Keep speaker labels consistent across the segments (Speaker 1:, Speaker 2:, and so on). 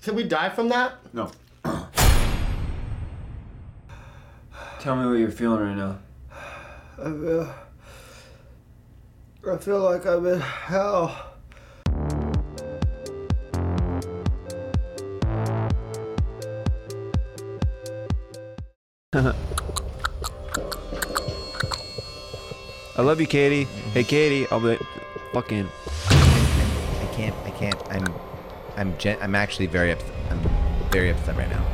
Speaker 1: Can we die from that?
Speaker 2: No.
Speaker 3: Tell me what you're feeling right now.
Speaker 4: I feel, I feel like I'm in hell.
Speaker 3: I love you, Katie. Hey, Katie. I'll be fucking.
Speaker 5: I can't. I can't. I'm. I'm. Gen- I'm actually very upset. I'm very upset right now.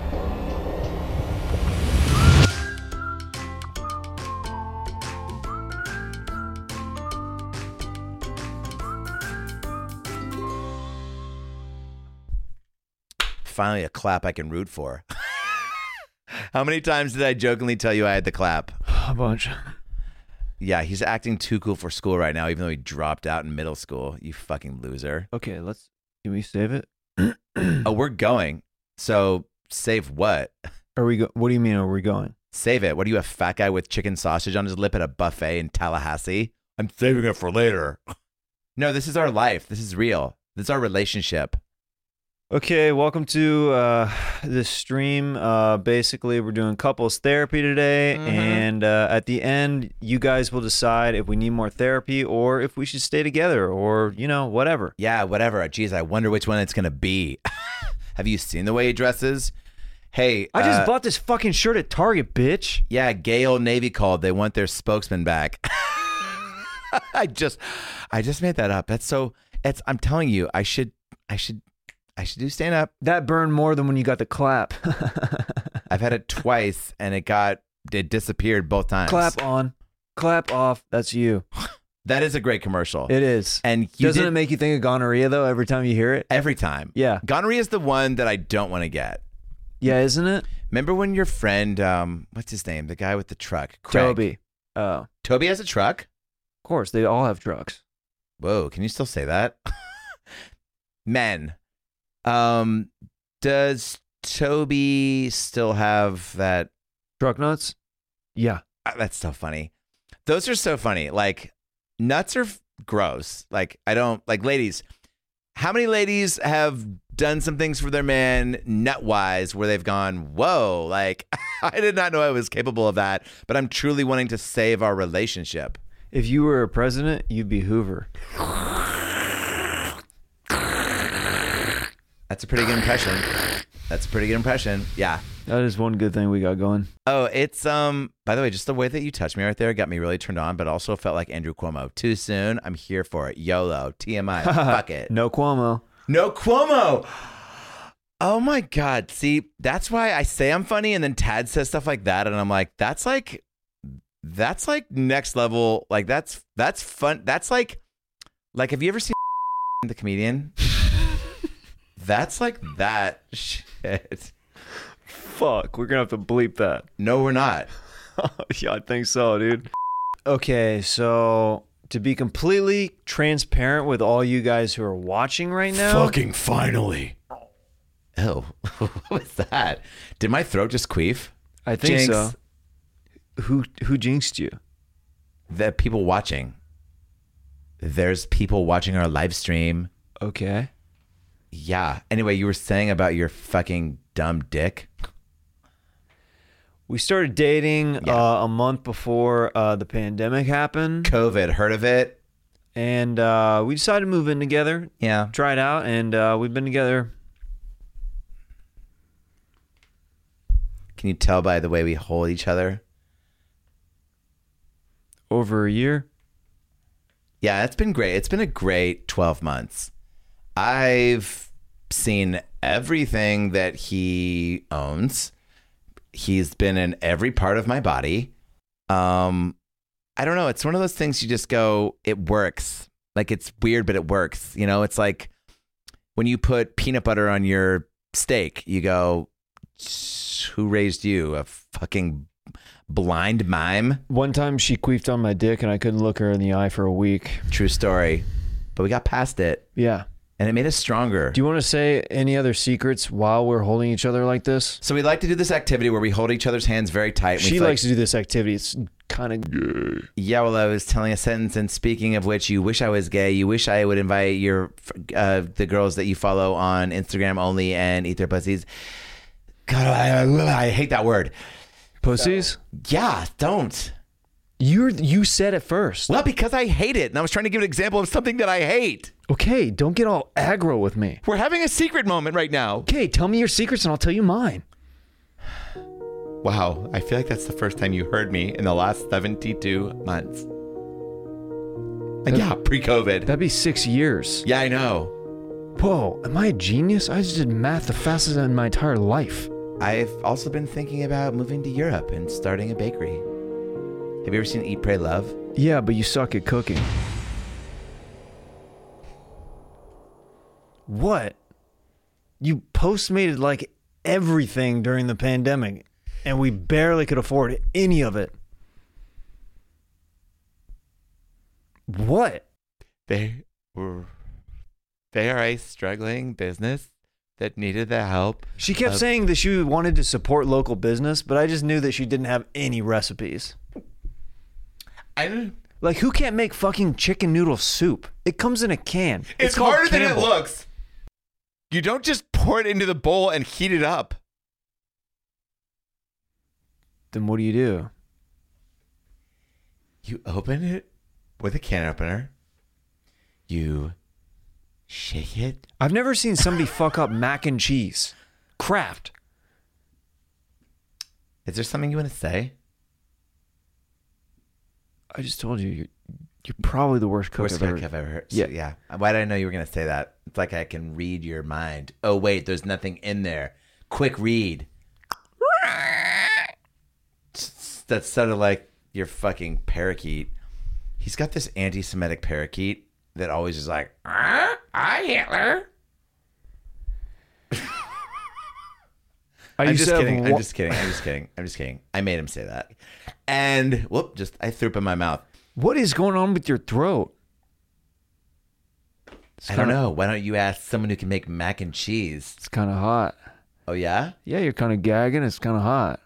Speaker 5: Finally, a clap I can root for. How many times did I jokingly tell you I had the clap?
Speaker 3: A bunch.
Speaker 5: Yeah, he's acting too cool for school right now, even though he dropped out in middle school. You fucking loser.
Speaker 3: Okay, let's. Can we save it?
Speaker 5: Oh, we're going. So save what?
Speaker 3: Are we? Go- what do you mean? Are we going?
Speaker 5: Save it. What are you, a fat guy with chicken sausage on his lip at a buffet in Tallahassee? I'm saving it for later. No, this is our life. This is real. This is our relationship.
Speaker 3: Okay, welcome to uh, this stream. Uh, basically, we're doing couples therapy today, and uh, at the end, you guys will decide if we need more therapy or if we should stay together, or you know, whatever.
Speaker 5: Yeah, whatever. Geez, I wonder which one it's gonna be. Have you seen the way he dresses? Hey,
Speaker 3: I just
Speaker 5: uh,
Speaker 3: bought this fucking shirt at Target, bitch.
Speaker 5: Yeah, gay old Navy called. They want their spokesman back. I just, I just made that up. That's so. It's. I'm telling you, I should, I should, I should do stand up.
Speaker 3: That burned more than when you got the clap.
Speaker 5: I've had it twice, and it got it disappeared both times.
Speaker 3: clap on, clap off. That's you.
Speaker 5: That is a great commercial.
Speaker 3: It is.
Speaker 5: and you
Speaker 3: Doesn't
Speaker 5: did
Speaker 3: it make you think of gonorrhea though every time you hear it?
Speaker 5: every time.
Speaker 3: Yeah,
Speaker 5: Gonorrhea is the one that I don't want to get.
Speaker 3: yeah, isn't it?
Speaker 5: Remember when your friend, um, what's his name, the guy with the truck, Craig.
Speaker 3: Toby. Oh, of
Speaker 5: Toby has a truck.
Speaker 3: course they all have trucks.
Speaker 5: Whoa, can you still say that? Men. Um does Toby still have that
Speaker 3: Truck nuts. Yeah.
Speaker 5: Ah, that's so funny. Those are so funny. Like nuts are f- gross. Like I don't like ladies. How many ladies have done some things for their man nut wise where they've gone, "Whoa, like I did not know I was capable of that, but I'm truly wanting to save our relationship."
Speaker 3: If you were a president, you'd be Hoover.
Speaker 5: That's a pretty good impression. That's a pretty good impression. Yeah.
Speaker 3: That is one good thing we got going.
Speaker 5: Oh, it's um. By the way, just the way that you touched me right there got me really turned on, but also felt like Andrew Cuomo. Too soon. I'm here for it. YOLO. TMI. fuck it.
Speaker 3: No Cuomo.
Speaker 5: No Cuomo. Oh my god. See, that's why I say I'm funny, and then Tad says stuff like that, and I'm like, that's like, that's like next level. Like that's that's fun. That's like, like have you ever seen the comedian? that's like that shit.
Speaker 3: Fuck, we're gonna have to bleep that.
Speaker 5: No, we're not.
Speaker 3: yeah, I think so, dude. Okay, so to be completely transparent with all you guys who are watching right now,
Speaker 5: finally. Oh, what was that? Did my throat just queef?
Speaker 3: I think
Speaker 5: Jinx.
Speaker 3: so. Who who jinxed you?
Speaker 5: The people watching. There's people watching our live stream.
Speaker 3: Okay.
Speaker 5: Yeah. Anyway, you were saying about your fucking dumb dick.
Speaker 3: We started dating uh, a month before uh, the pandemic happened,
Speaker 5: COVID, heard of it?
Speaker 3: and uh, we decided to move in together,
Speaker 5: Yeah.
Speaker 3: try it out, and uh, we've been together.
Speaker 5: Can you tell by the way we hold each other?
Speaker 3: over a year.
Speaker 5: Yeah, it's been great. It's been a great 12 months. I've seen everything that he owns. He's been in every part of my body. Um I don't know, it's one of those things you just go it works. Like it's weird but it works. You know, it's like when you put peanut butter on your steak, you go who raised you? A fucking blind mime?
Speaker 3: One time she queefed on my dick and I couldn't look her in the eye for a week.
Speaker 5: True story. But we got past it.
Speaker 3: Yeah.
Speaker 5: and it made us stronger.
Speaker 3: Do you want to say any other secrets while we're holding each other like this?
Speaker 5: so we like to do this activity where we hold each other's hands very tight. and we
Speaker 3: She
Speaker 5: feel like-
Speaker 3: likes to do this activity. It's kind of
Speaker 5: Yeah, well, I was telling a sentence, and speaking of which, you wish I was gay. You wish I would invite your uh, the girls that you follow on Instagram only and eat their pussies. God, I, I- I hate that word.
Speaker 3: pussies.
Speaker 5: Yeah, don't.
Speaker 3: You're you said it first.
Speaker 5: Well, because I hate it, and I was trying to give an example of something that I hate.
Speaker 3: Okay, don't get all aggro with me.
Speaker 5: We're having a secret moment right now.
Speaker 3: Okay, tell me your secrets and I'll tell you mine.
Speaker 5: Wow, I feel like that's the first time you heard me in the last seventy-two months. And yeah, pre-COVID.
Speaker 3: That'd be six years.
Speaker 5: Yeah, I know.
Speaker 3: Whoa, am I a genius? I just did math the fastest in my entire life.
Speaker 5: I've also been thinking about moving to Europe and starting a bakery. Have you ever seen Eat, Pray, Love?
Speaker 3: Yeah, but you suck at cooking. What? You postmated like everything during the pandemic, and we barely could afford any of it. What?
Speaker 5: They were. They are a struggling business that needed the help.
Speaker 3: She kept
Speaker 5: of-
Speaker 3: saying that she wanted to support local business, but I just knew that she didn't have any recipes.
Speaker 5: I didn't-
Speaker 3: Like, who can't make fucking chicken noodle soup? It comes in a can.
Speaker 5: It's,
Speaker 3: called
Speaker 5: harder than it
Speaker 3: Campbell.
Speaker 5: looks. You don't just pour it into the bowl and heat it up.
Speaker 3: Then what do you do?
Speaker 5: You open it with a can opener. You shake it.
Speaker 3: I've never seen somebody fuck up mac and cheese. Kraft.
Speaker 5: Is there something you want to say?
Speaker 3: I just told you, you're, you're probably the worst cook
Speaker 5: Worst
Speaker 3: I've ever.
Speaker 5: cook I've ever heard.
Speaker 3: Yeah.
Speaker 5: Yeah. yeah. Why did I know you were going to say that? It's like I can read your mind. Oh, wait, there's nothing in there. Quick read. That sounded like your fucking parakeet. He's got this anti Semitic parakeet that always is like, "Ah, I Hitler.
Speaker 3: I
Speaker 5: I'm
Speaker 3: used
Speaker 5: just
Speaker 3: to have
Speaker 5: kidding. I'm
Speaker 3: one-
Speaker 5: just kidding. I'm just kidding. I'm just kidding. I made him say that. And whoop, just I threw up in my mouth.
Speaker 3: What is going on with your throat? It's
Speaker 5: I don't
Speaker 3: kinda-
Speaker 5: know. Why don't you ask someone who can make mac and cheese?
Speaker 3: It's kind of hot.
Speaker 5: Oh, yeah?
Speaker 3: Yeah, you're kind of gagging. It's kind of hot.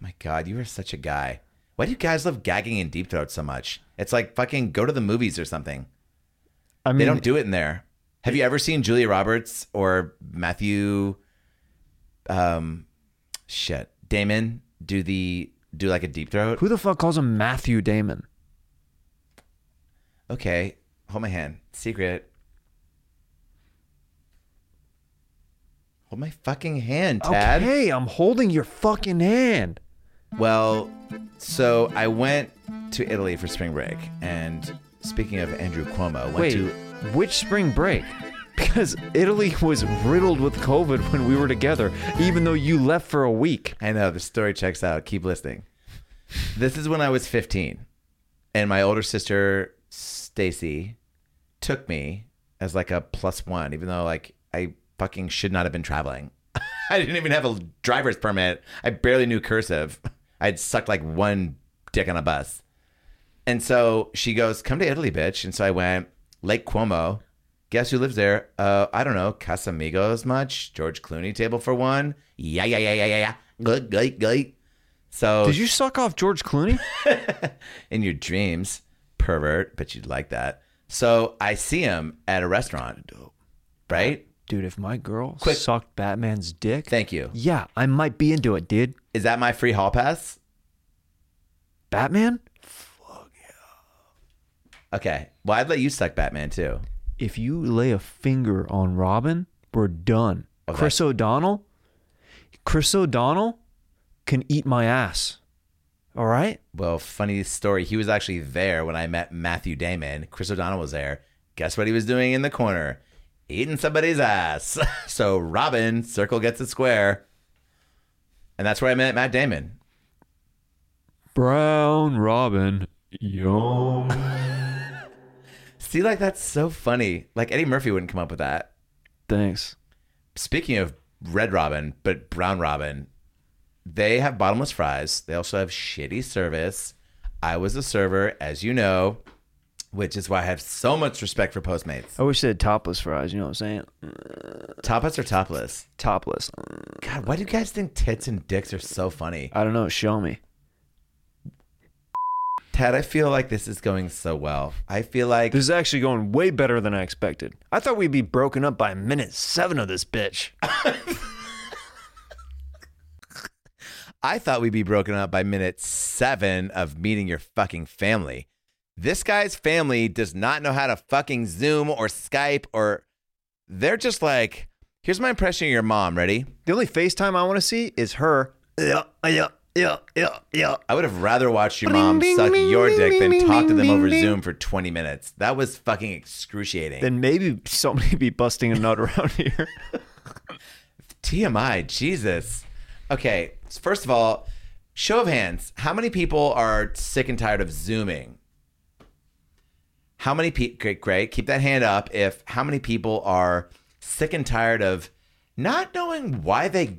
Speaker 5: My God, you are such a guy. Why do you guys love gagging and deep throat so much? It's like fucking go to the movies or something.
Speaker 3: I mean,
Speaker 5: They don't do it in there. Have you ever seen Julia Roberts or Matthew, um, shit, Damon do the do like a deep throat?
Speaker 3: who the fuck calls him Matthew Damon?
Speaker 5: Okay, hold my hand. Secret. Hold my fucking hand, Tad.
Speaker 3: Okay, I'm holding your fucking hand.
Speaker 5: Well, so I went to Italy for spring break, and speaking of Andrew Cuomo, went
Speaker 3: Wait,
Speaker 5: to
Speaker 3: which spring break? Because Italy was riddled with COVID when we were together, even though you left for a week.
Speaker 5: I know the story checks out. Keep listening. This is when I was 15, and my older sister Stacy took me as like a plus one, even though like I fucking should not have been traveling. I didn't even have a driver's permit. I barely knew cursive. I'd sucked like one dick on a bus. And so she goes, "Come to Italy, bitch." And so I went Lake Cuomo. Guess who lives there? Uh, I don't know. Casamigos much? George Clooney table for one? Yeah, yeah, yeah, yeah, yeah, yeah. Good, good, good. So
Speaker 3: Did you suck off George Clooney?
Speaker 5: in your dreams, pervert, but you'd like that. So I see him at a restaurant. Right?
Speaker 3: Dude, if my girl
Speaker 5: Quick.
Speaker 3: sucked Batman's dick,
Speaker 5: Thank you.
Speaker 3: yeah, I might be into it, dude.
Speaker 5: Is that my free hall pass?
Speaker 3: Batman?
Speaker 5: Okay. Well, I'd let you suck Batman too.
Speaker 3: If you lay a finger on Robin, we're done.
Speaker 5: Okay.
Speaker 3: Chris O'Donnell? Chris O'Donnell can eat my ass. All right?
Speaker 5: Well, funny story. He was actually there when I met Matthew Damon. Chris O'Donnell was there. Guess what he was doing in the corner? Eating somebody's ass. so Robin, circle gets a square. And that's where I met Matt Damon.
Speaker 3: Brown Robin. Yum.
Speaker 5: See, like, that's so funny. Like, Eddie Murphy wouldn't come up with that.
Speaker 3: Thanks.
Speaker 5: Speaking of Red Robin, but Brown Robin, they have bottomless fries. They also have shitty service. I was a server, as you know, which is why I have so much respect for Postmates.
Speaker 3: I wish they had topless fries. You know what I'm saying?
Speaker 5: Topless or topless?
Speaker 3: Topless.
Speaker 5: God, why do you guys think tits and dicks are so funny?
Speaker 3: I don't know. Show me.
Speaker 5: Ted, I feel like this is going so well. I feel like
Speaker 3: This is actually going way better than I expected. I thought we'd be broken up by minute seven of this bitch.
Speaker 5: I thought we'd be broken up by minute seven of meeting your fucking family. This guy's family does not know how to fucking Zoom or Skype or they're just like, here's my impression of your mom. Ready?
Speaker 3: The only FaceTime I want to see is her. Yeah, yeah, yeah, yeah, yeah.
Speaker 5: I would have rather watched your
Speaker 3: Bling,
Speaker 5: mom
Speaker 3: bing,
Speaker 5: suck
Speaker 3: bing,
Speaker 5: your
Speaker 3: bing,
Speaker 5: dick
Speaker 3: bing,
Speaker 5: than talk to
Speaker 3: bing,
Speaker 5: them
Speaker 3: bing,
Speaker 5: over
Speaker 3: bing.
Speaker 5: Zoom for 20 minutes. That was fucking excruciating.
Speaker 3: Then maybe somebody be busting a nut around here.
Speaker 5: TMI, Jesus. Okay, first of all, show of hands. How many people are sick and tired of Zooming? How many people? Great, great. Keep that hand up. If how many people are sick and tired of not knowing why they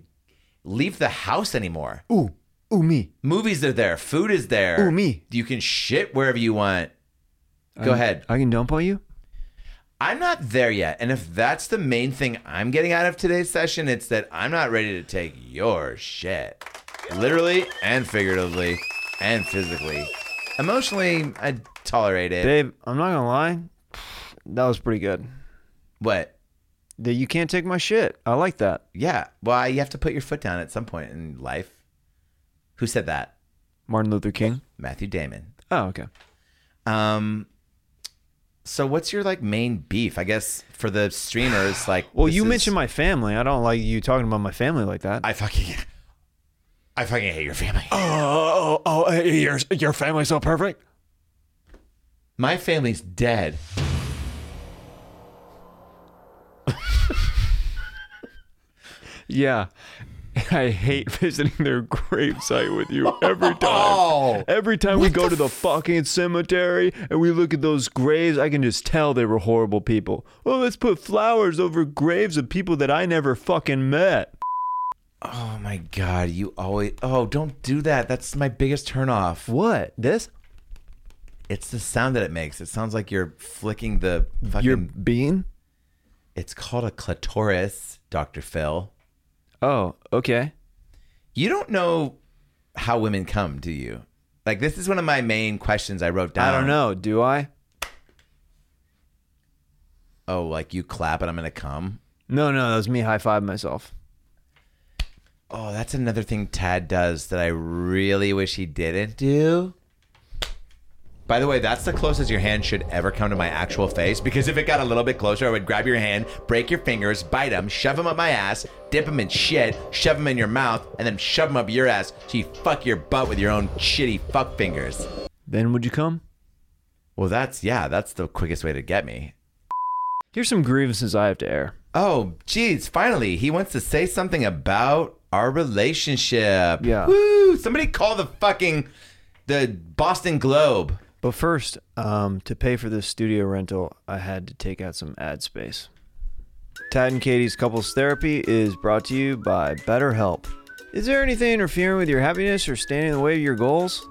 Speaker 5: leave the house anymore?
Speaker 3: Ooh, ooh me.
Speaker 5: Movies are there. Food is there.
Speaker 3: Ooh, me.
Speaker 5: You can shit wherever you want. Go ahead.
Speaker 3: I can dump on you.
Speaker 5: I'm not there yet. And if that's the main thing I'm getting out of today's session, it's that I'm not ready to take your shit. Literally and figuratively and physically. Emotionally, I tolerate it.
Speaker 3: Babe, I'm not gonna lie. That was pretty good.
Speaker 5: What?
Speaker 3: That you can't take my shit. I like that.
Speaker 5: Yeah. Well, you have to put your foot down at some point in life. Who said that?
Speaker 3: Martin Luther King.
Speaker 5: Matthew Damon.
Speaker 3: Oh, okay.
Speaker 5: Um so what's your like main beef? I guess for the streamers like
Speaker 3: Well,
Speaker 5: this
Speaker 3: you
Speaker 5: is-
Speaker 3: mentioned my family. I don't like you talking about my family like that.
Speaker 5: I fucking I fucking hate your family.
Speaker 3: oh, oh, oh, your your family's so perfect.
Speaker 5: My family's dead.
Speaker 3: Yeah, I hate visiting their gravesite with you every time.
Speaker 5: Oh.
Speaker 3: Every time we go to the fucking cemetery and we look at those graves, I can just tell they were horrible people. Oh, let's put flowers over graves of people that I never fucking met.
Speaker 5: Oh my god, you always Oh, don't do that. That's my biggest turnoff.
Speaker 3: What? This?
Speaker 5: It's the sound that it makes. It sounds like you're flicking the fucking
Speaker 3: Your bean?
Speaker 5: It's called a clitoris, Dr. Phil.
Speaker 3: Oh, okay.
Speaker 5: You don't know how women come, do you? Like this is one of my main questions I wrote down.
Speaker 3: I don't know. Do I?
Speaker 5: Oh, like you clap and I'm going to come.
Speaker 3: No, no, that was me high five myself.
Speaker 5: Oh, that's another thing Tad does that I really wish he didn't do. By the way, that's the closest your hand should ever come to my actual face because if it got a little bit closer, I would grab your hand, break your fingers, bite them, shove them up my ass, dip them in shit, shove them in your mouth, and then shove them up your ass so you fuck your butt with your own shitty fuck fingers.
Speaker 3: Then would you come?
Speaker 5: Well, that's, yeah, that's the quickest way to get me.
Speaker 3: Here's some grievances I have to air.
Speaker 5: Oh, geez, finally, he wants to say something about our relationship.
Speaker 3: Yeah.
Speaker 5: Woo! Somebody call the fucking the Boston Globe.
Speaker 3: But first, um, to pay for this studio rental, I had to take out some ad space. Tad and Katie's Couples Therapy is brought to you by BetterHelp. Is there anything interfering with your happiness or standing in the way of your goals?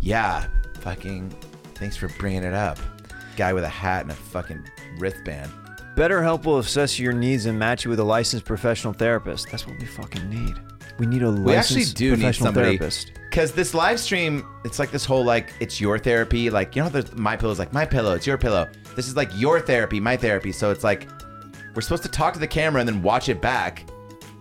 Speaker 5: Yeah. Fucking thanks for bringing it up. Guy with a hat and a fucking wristband.
Speaker 3: BetterHelp will assess your needs and match you with a licensed professional therapist. That's what we fucking need. We need a
Speaker 5: We actually
Speaker 3: licensed
Speaker 5: do need
Speaker 3: professional
Speaker 5: somebody
Speaker 3: therapist.
Speaker 5: because this live stream, it's like this whole like it's your therapy. Like you know, how there's my pillow is like my pillow, it's your pillow. This is like your therapy, my therapy. So it's like we're supposed to talk to the camera and then watch it back.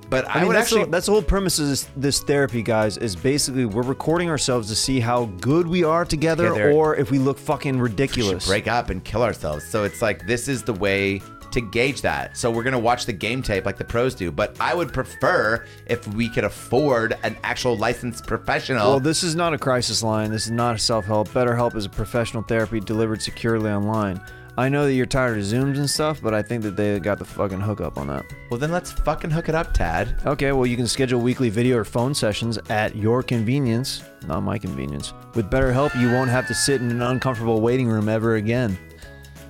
Speaker 5: But I,
Speaker 3: I mean,
Speaker 5: would
Speaker 3: that's,
Speaker 5: actually
Speaker 3: the, that's the whole premise of this, this therapy, guys, is basically we're recording ourselves to see how good we are together,
Speaker 5: Together.
Speaker 3: or if we look fucking
Speaker 5: should
Speaker 3: ridiculous.
Speaker 5: break up and kill ourselves. So it's like this is the way to gauge that. So we're gonna watch the game tape like the pros do. But I would prefer if we could afford an actual licensed professional.
Speaker 3: Well, this is not a crisis line. This is not a self help. BetterHelp is a professional therapy delivered securely online. I know that you're tired of Zooms and stuff, but I think that they got the fucking hookup on that.
Speaker 5: well, then let's fucking hook it up, Tad.
Speaker 3: Okay, well, you can schedule weekly video or phone sessions at your convenience, not my convenience. With BetterHelp, you won't have to sit in an uncomfortable waiting room ever again.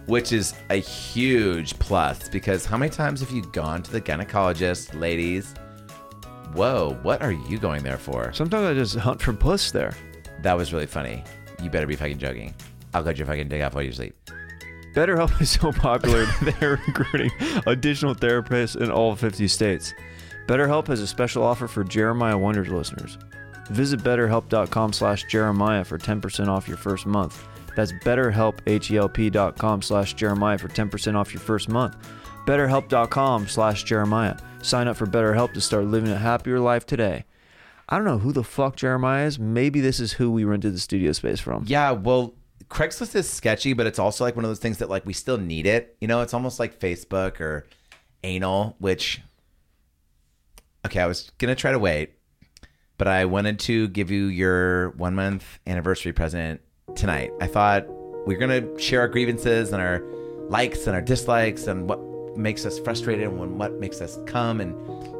Speaker 5: Which is a huge plus because how many times have you gone to the gynecologist, ladies? Whoa, what are you going there for?
Speaker 3: Sometimes I just hunt for puss there.
Speaker 5: That was really funny. You better be fucking joking. I'll cut your fucking dick off while you sleep.
Speaker 3: BetterHelp is so popular that they're recruiting additional therapists in all 50 states. BetterHelp has a special offer for Jeremiah Wonders listeners. Visit betterhelp.com slash Jeremiah for 10% off your first month. That's betterhelp, H-E-L-P dot com slash Jeremiah for 10% off your first month. Betterhelp.com slash Jeremiah. Sign up for BetterHelp to start living a happier life today. I don't know who the fuck Jeremiah is. Maybe this is who we rented the studio space from.
Speaker 5: Yeah, well, Craigslist is sketchy, but it's also like one of those things that like we still need it. You know, it's almost like Facebook or anal, which okay, I was gonna try to wait, but I wanted to give you your one month anniversary present tonight. I thought we are gonna share our grievances and our likes and our dislikes and what makes us frustrated and what makes us come. And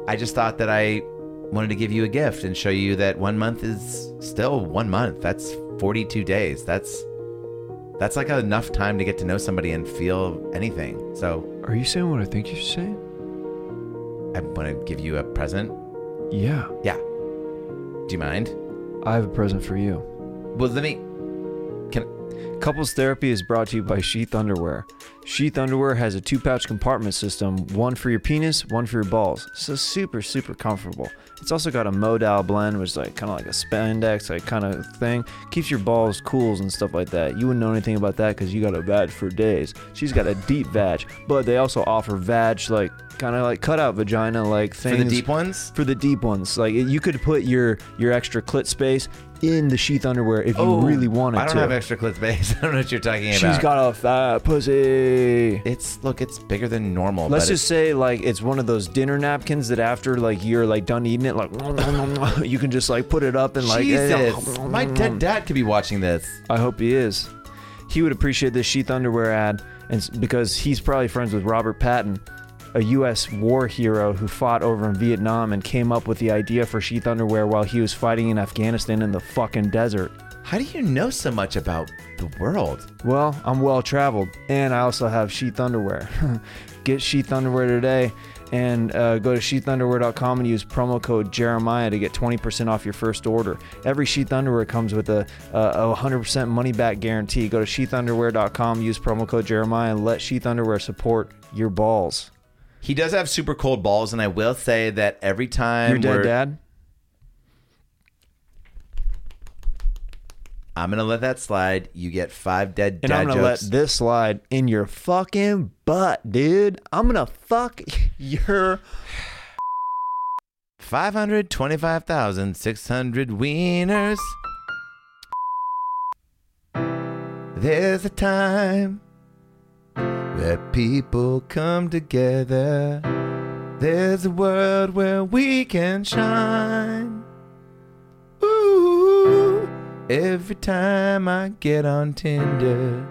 Speaker 5: I just thought that I wanted to give you a gift and show you that one month is still one month. That's 42 days. That's that's like enough time to get to know somebody and feel anything. So
Speaker 3: Are you saying what I think you're saying?
Speaker 5: I want to give you a present.
Speaker 3: Yeah.
Speaker 5: Yeah. Do you mind?
Speaker 3: I have a present for you.
Speaker 5: Well, let me. Can
Speaker 3: Couples Therapy is brought to you by Sheath Underwear. Sheath Underwear has a two pouch compartment system one for your penis, one for your balls. So super, super comfortable. It's also got a modal blend, which is like kind of like a spandex, like kind of thing. Keeps your balls cools and stuff like that. You wouldn't know anything about that because you got a vag for days. She's got a deep vag, but they also offer vag, like kind of like cutout vagina, like
Speaker 5: for
Speaker 3: things
Speaker 5: the deep ones?
Speaker 3: for the deep ones. Like you could put your your extra clit space in the sheath underwear if you really wanted
Speaker 5: Oh, I don't
Speaker 3: to.
Speaker 5: have extra clit space. I don't know what you're talking about.
Speaker 3: She's got a fat pussy.
Speaker 5: It's look, it's bigger than normal.
Speaker 3: Let's
Speaker 5: but
Speaker 3: just say like it's one of those dinner napkins that after like you're like done eating it, like you can just like put it up and
Speaker 5: It,
Speaker 3: like. eh, uh, mm,
Speaker 5: Jesus, my dead dad could be watching this.
Speaker 3: I hope he is. He would appreciate this sheath underwear ad, and s- because he's probably friends with Robert Patton, a U.S. war hero who fought over in Vietnam and came up with the idea for sheath underwear while he was fighting in Afghanistan in the fucking desert.
Speaker 5: How do you know so much about the world?
Speaker 3: Well, I'm well traveled, and I also have sheath underwear. Get sheath underwear today, and uh, go to sheathunderwear.com and use promo code Jeremiah to get 20% off your first order. Every sheath underwear comes with a, a, a 100% money back guarantee. Go to sheathunderwear.com, use promo code Jeremiah, and let sheath underwear support your balls.
Speaker 5: He does have super cold balls, and I will say that every time
Speaker 3: Your dead
Speaker 5: we're-
Speaker 3: dad?
Speaker 5: I'm gonna let that slide. You get five dead
Speaker 3: And
Speaker 5: dad
Speaker 3: I'm gonna
Speaker 5: jokes.
Speaker 3: let this slide in your fucking butt, dude. I'm gonna fuck your.
Speaker 5: Five hundred twenty-five thousand six hundred wieners. There's a time where people come together. There's a world where we can shine. Ooh, every time I get on Tinder,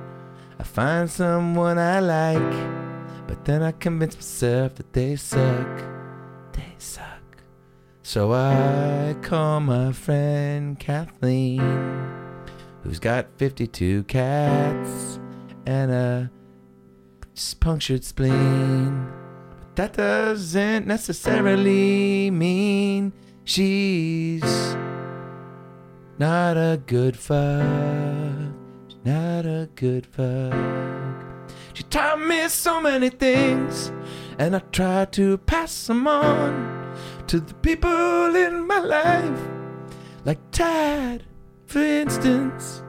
Speaker 5: I find someone I like, but then I convince myself that they suck. They suck. So I call my friend Kathleen, who's got 52 cats and a s- punctured spleen. But that doesn't necessarily mean she's not a good fuck. She's not a good fuck. She taught me so many things, and I try to pass them on to the people in my life, like Tad, for instance.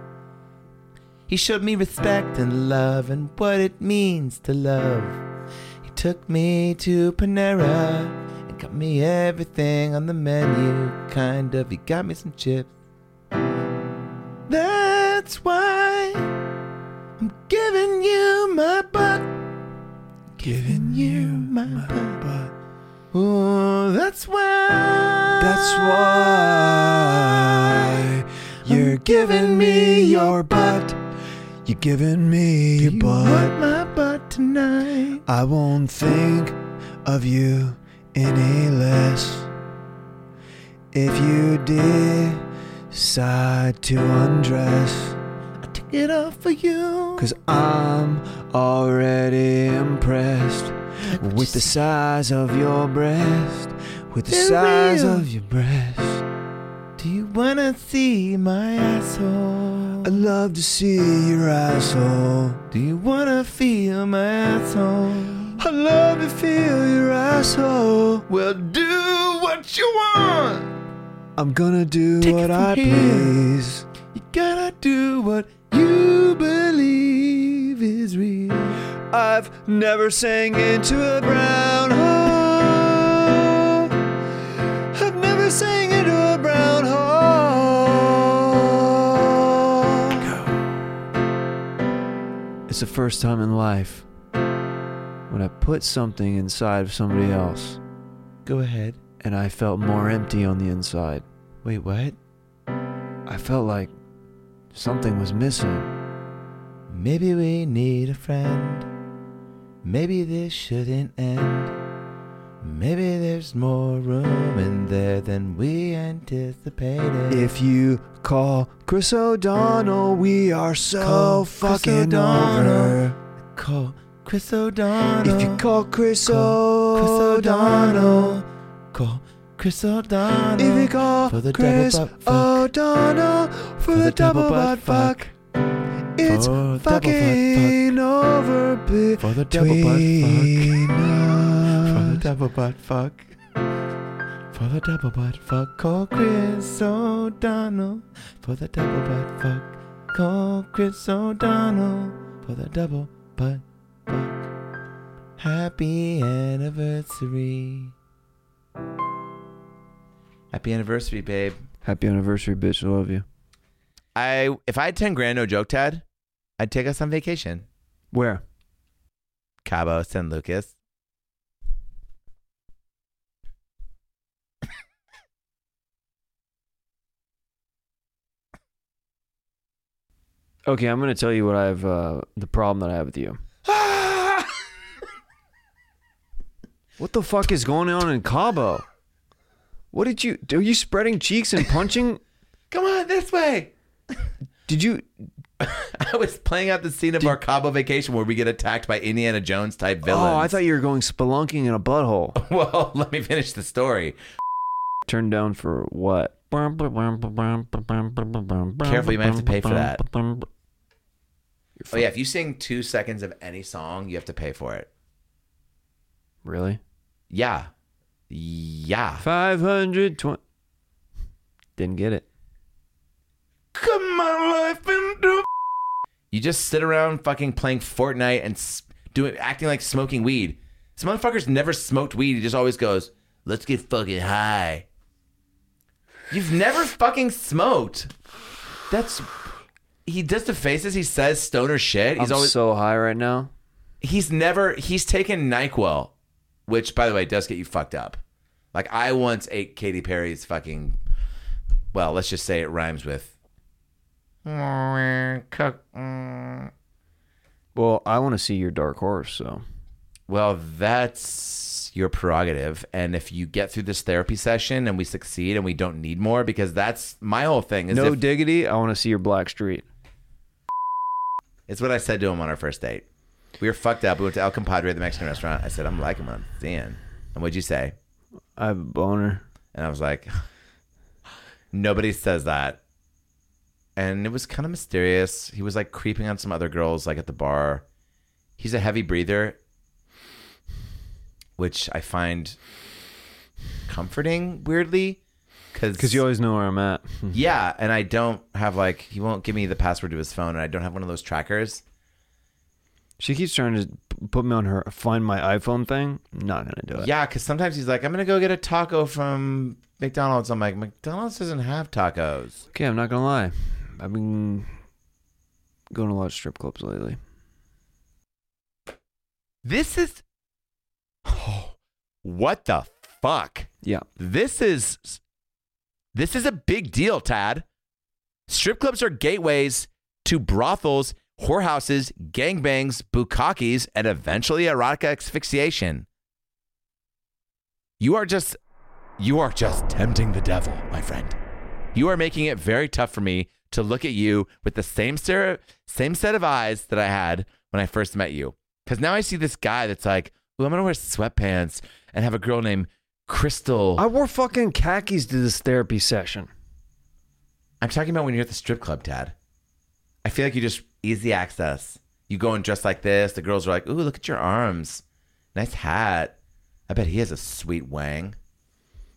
Speaker 5: He showed me respect and love and what it means to love. He took me to Panera and got me everything on the menu, kind of. He got me some chips. That's why I'm giving you my butt. Giving you my, butt. Oh, that's why.
Speaker 3: That's why you're giving me your butt. You're giving me your
Speaker 5: You want
Speaker 3: butt.
Speaker 5: my butt tonight.
Speaker 3: I won't think of you any less. If you decide to undress,
Speaker 5: I took it off for you.
Speaker 3: cause I'm already impressed with the size of your breast, with the
Speaker 5: They're
Speaker 3: size
Speaker 5: real.
Speaker 3: of your breast.
Speaker 5: Do you wanna see my asshole?
Speaker 4: I'd love to see your asshole.
Speaker 5: Do you wanna feel my asshole?
Speaker 4: I'd love to feel your asshole.
Speaker 5: Well, do what you want.
Speaker 4: I'm gonna do
Speaker 5: Take it
Speaker 4: what
Speaker 5: from
Speaker 4: I
Speaker 5: here.
Speaker 4: please.
Speaker 5: You gotta do what you believe is real.
Speaker 3: I've never sang into a brown hole. I've never sang into a brown hole. It's the first time in life when I put something inside of somebody else
Speaker 5: Go ahead.
Speaker 3: and I felt more empty on the inside.
Speaker 5: Wait, what?
Speaker 3: I felt like something was missing.
Speaker 5: Maybe we need a friend. Maybe this shouldn't end. Maybe there's more room in there than we anticipated.
Speaker 3: If you call Chris O'Donnell, we are so
Speaker 5: Call Chris
Speaker 3: fucking
Speaker 5: O'Donnell.
Speaker 3: over.
Speaker 5: call Chris O'Donnell,
Speaker 3: If you call Chris
Speaker 5: Call Chris
Speaker 3: O'Donnell,
Speaker 5: O'Donnell, call Chris O'Donnell,
Speaker 3: if you call
Speaker 5: for the double
Speaker 3: Chris
Speaker 5: butt fuck.
Speaker 3: O'Donnell for the double butt fuck, it's
Speaker 5: For double butt fuck.
Speaker 3: fucking over
Speaker 5: for the double butt
Speaker 3: between
Speaker 5: fuck, for the
Speaker 3: us.
Speaker 5: double butt fuck, for the double butt fuck, call Chris O'Donnell, for the double butt fuck, call Chris O'Donnell, for the double butt fuck. Happy anniversary. Happy anniversary, babe.
Speaker 3: Happy anniversary, bitch. I love you.
Speaker 5: I if I had ten grand, no joke, Ted, I'd take us on vacation.
Speaker 3: Where?
Speaker 5: Cabo, San Lucas.
Speaker 3: Okay, I'm gonna tell you what I've uh, the problem that I have with you. What the fuck is going on in Cabo? What did you? Are you spreading cheeks and punching?
Speaker 5: Come on, this way.
Speaker 3: Did you?
Speaker 5: I was playing out the scene of our Cabo vacation where we get attacked by Indiana Jones type villains.
Speaker 3: Oh, I thought you were going spelunking in a butthole.
Speaker 5: Well, let me finish the story.
Speaker 3: Turned down for what?
Speaker 1: Careful,
Speaker 5: you might have to pay for that. Oh yeah, if you sing two seconds of any song, you have to pay for it.
Speaker 3: Really?
Speaker 5: Yeah, yeah.
Speaker 3: Five hundred twenty. Didn't get it.
Speaker 5: Come my life into. You just sit around fucking playing Fortnite and s- doing acting like smoking weed. This motherfucker's never smoked weed. He just always goes, "Let's get fucking high." You've never fucking smoked. That's he does the faces. He says stoner shit. He's
Speaker 3: I'm
Speaker 5: always
Speaker 3: so high right now.
Speaker 5: he's never he's taken NyQuil, which by the way does get you fucked up. Like I once ate Katy Perry's fucking. Well, let's just say it rhymes with cook.
Speaker 3: Well, I want to see your dark horse. So
Speaker 5: Well, that's your prerogative. And if you get through this therapy session and we succeed and we don't need more, because that's my whole thing. Is
Speaker 3: no
Speaker 5: if-
Speaker 3: diggity. I want to see your black street.
Speaker 5: it's what I said to him on our first date. We were fucked up. We went to El Compadre, the Mexican restaurant. I said, I'm liking what I'm seeing. And what'd you say?
Speaker 3: I have a boner.
Speaker 5: And I was like, nobody says that. And it was kind of mysterious. He was like creeping on some other girls, like at the bar. He's a heavy breather, which I find comforting weirdly.
Speaker 3: Because you always know where I'm at.
Speaker 5: Yeah, and I don't have like he won't give me the password to his phone, and I don't have one of those trackers.
Speaker 3: She keeps trying to p- put me on her find my iPhone thing. Not gonna do it.
Speaker 5: Yeah, because sometimes he's like, "I'm gonna go get a taco from McDonald's." I'm like, "McDonald's doesn't have tacos."
Speaker 3: Okay, I'm not gonna lie. I've been going to a lot of strip clubs lately.
Speaker 5: This is. Oh, what the fuck?
Speaker 3: Yeah.
Speaker 5: This is. This is a big deal, Tad. Strip clubs are gateways to brothels, whorehouses, gangbangs, bukkakis, and eventually erotic asphyxiation. You are just. You are just tempting the devil, my friend. You are making it very tough for me to look at you with the same stare, same set of eyes that I had when I first met you. Because now I see this guy that's like, "Ooh, I'm gonna wear sweatpants and have a girl named Crystal."
Speaker 3: I wore fucking khakis to this therapy session.
Speaker 5: I'm talking about when you're at the strip club, Tad. I feel like you just easy access. You go in dressed like this. The girls are like, "Ooh, look at your arms, nice hat." I bet he has a sweet wang.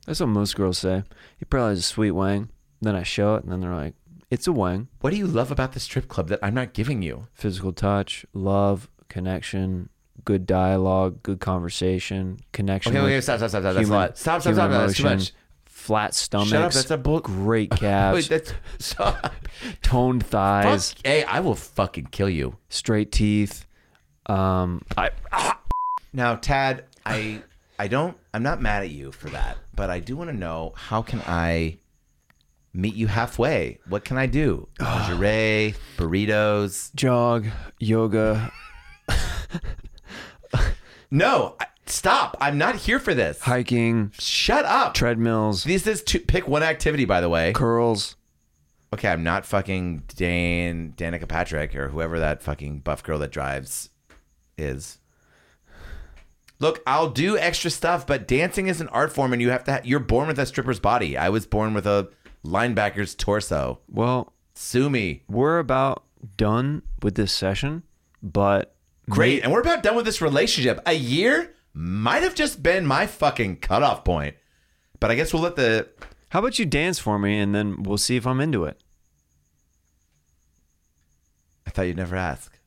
Speaker 3: That's what most girls say. He probably has a sweet wang. Then I show it, and then they're like, "It's a wang."
Speaker 5: What do you love about the strip club that I'm not giving you?
Speaker 3: Physical touch, love, connection, good dialogue, good conversation, connection.
Speaker 5: Okay,
Speaker 3: with
Speaker 5: okay, stop, stop, stop, stop. That's a
Speaker 3: human-
Speaker 5: lot. Stop, stop,
Speaker 3: human
Speaker 5: stop. That's too
Speaker 3: emotion,
Speaker 5: much.
Speaker 3: Flat stomachs.
Speaker 5: Shut up. That's a bull.
Speaker 3: great calves,
Speaker 5: Wait, that's stop.
Speaker 3: toned thighs,
Speaker 5: Fuck, hey, I will fucking kill you.
Speaker 3: straight teeth. Um, I
Speaker 5: Now, Tad, I I don't I'm not mad at you for that, but I do want to know how can I meet you halfway? What can I do? Lingerie, burritos.
Speaker 3: jog, yoga,
Speaker 5: No, I, stop. I'm not here for this.
Speaker 3: hiking,
Speaker 5: Shut up.
Speaker 3: treadmills,
Speaker 5: This is to pick one activity by the way.
Speaker 3: curls.
Speaker 5: Okay, I'm not fucking Dane Danica Patrick or whoever that fucking buff girl that drives is. Look, I'll do extra stuff, but dancing is an art form, and you have to. Ha- you're born with a stripper's body. I was born with a linebacker's torso.
Speaker 3: Well,
Speaker 5: Sue me.
Speaker 3: we're about done with this session, but
Speaker 5: Great, and we're about done with this relationship. A year might have just been my fucking cutoff point, but I guess we'll let the.
Speaker 3: How about you dance for me and then we'll see if I'm into it?
Speaker 5: I thought you'd never ask.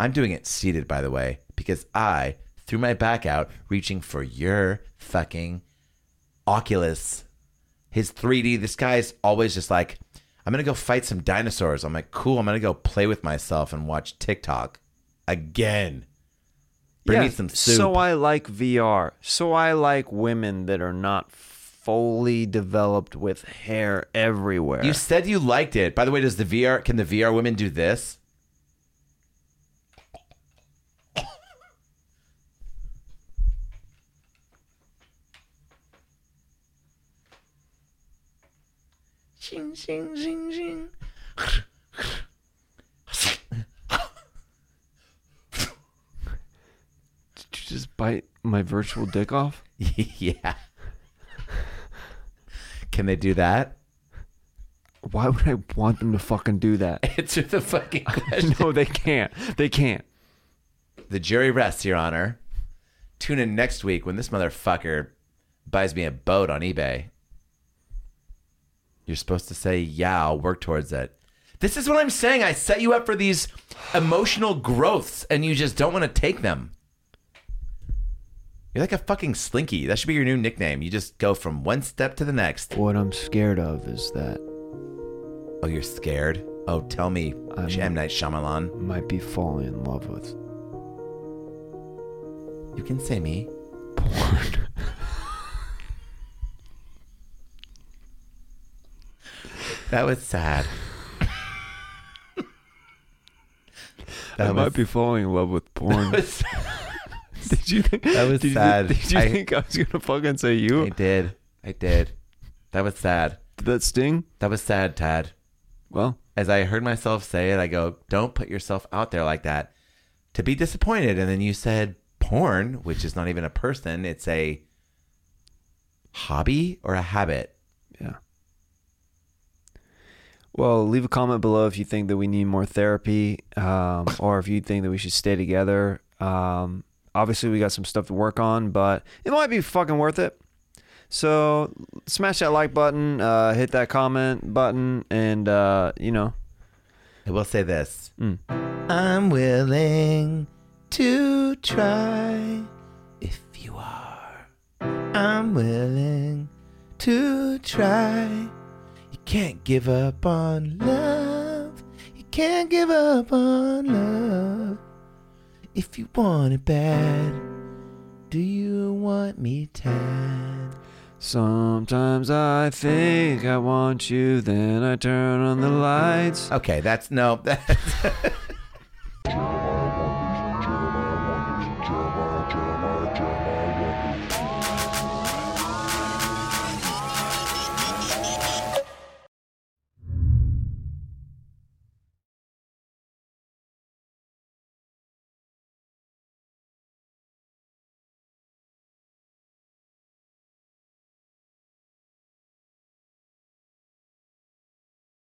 Speaker 5: I'm doing it seated, by the way, because I threw my back out reaching for your fucking Oculus. His 3D, this guy's always just like, I'm gonna go fight some dinosaurs. I'm like, cool, I'm gonna go play with myself and watch TikTok again. Bring me some soup.
Speaker 3: So I like VR. So I like women that are not fully developed with hair everywhere.
Speaker 5: you said you liked it. By the way, does the VR can the VR women do this? Zing, zing, zing, zing.
Speaker 3: Did you just bite my virtual dick off?
Speaker 5: yeah. Can they do that?
Speaker 3: Why would I want them to fucking do that?
Speaker 5: Answer the fucking question.
Speaker 3: no, they can't. They can't.
Speaker 5: The jury rests, Your Honor. Tune in next week when this motherfucker buys me a boat on eBay. You're supposed to say, yeah, I'll work towards it. This is what I'm saying. I set you up for these emotional growths and you just don't want to take them. You're like a fucking slinky. That should be your new nickname. You just go from one step to the next.
Speaker 3: What I'm scared of is that
Speaker 5: Oh, you're scared? Oh, tell me,
Speaker 3: I'm-
Speaker 5: M. Night Shyamalan.
Speaker 3: I might be falling in love with
Speaker 5: You can say me.
Speaker 3: porn.
Speaker 5: That was sad.
Speaker 3: I
Speaker 5: That
Speaker 3: might be falling in love with porn.
Speaker 5: was-
Speaker 3: did you think
Speaker 5: That was
Speaker 3: did you-
Speaker 5: sad.
Speaker 3: did you
Speaker 5: I-
Speaker 3: think I was gonna fucking say you?
Speaker 5: I did. I did. That was sad.
Speaker 3: Did that sting?
Speaker 5: That was sad, Tad.
Speaker 3: Well,
Speaker 5: As I heard myself say it, I go, don't put yourself out there like that to be disappointed. And then you said porn, which is not even a person, it's a hobby or a habit.
Speaker 3: Yeah. Well, leave a comment below if you think that we need more therapy, um, or if you think that we should stay together. Um, obviously, we got some stuff to work on, but it might be fucking worth it. So smash that like button, uh, hit that comment button, and uh, you know,
Speaker 5: I will say this
Speaker 3: Mm.
Speaker 5: I'm willing to try if you are. I'm willing to try. You can't give up on love. You can't give up on love. If you want it bad, do you want me tad?
Speaker 3: sometimes I think I want you, then I turn on the lights.
Speaker 5: Okay, that's no. That's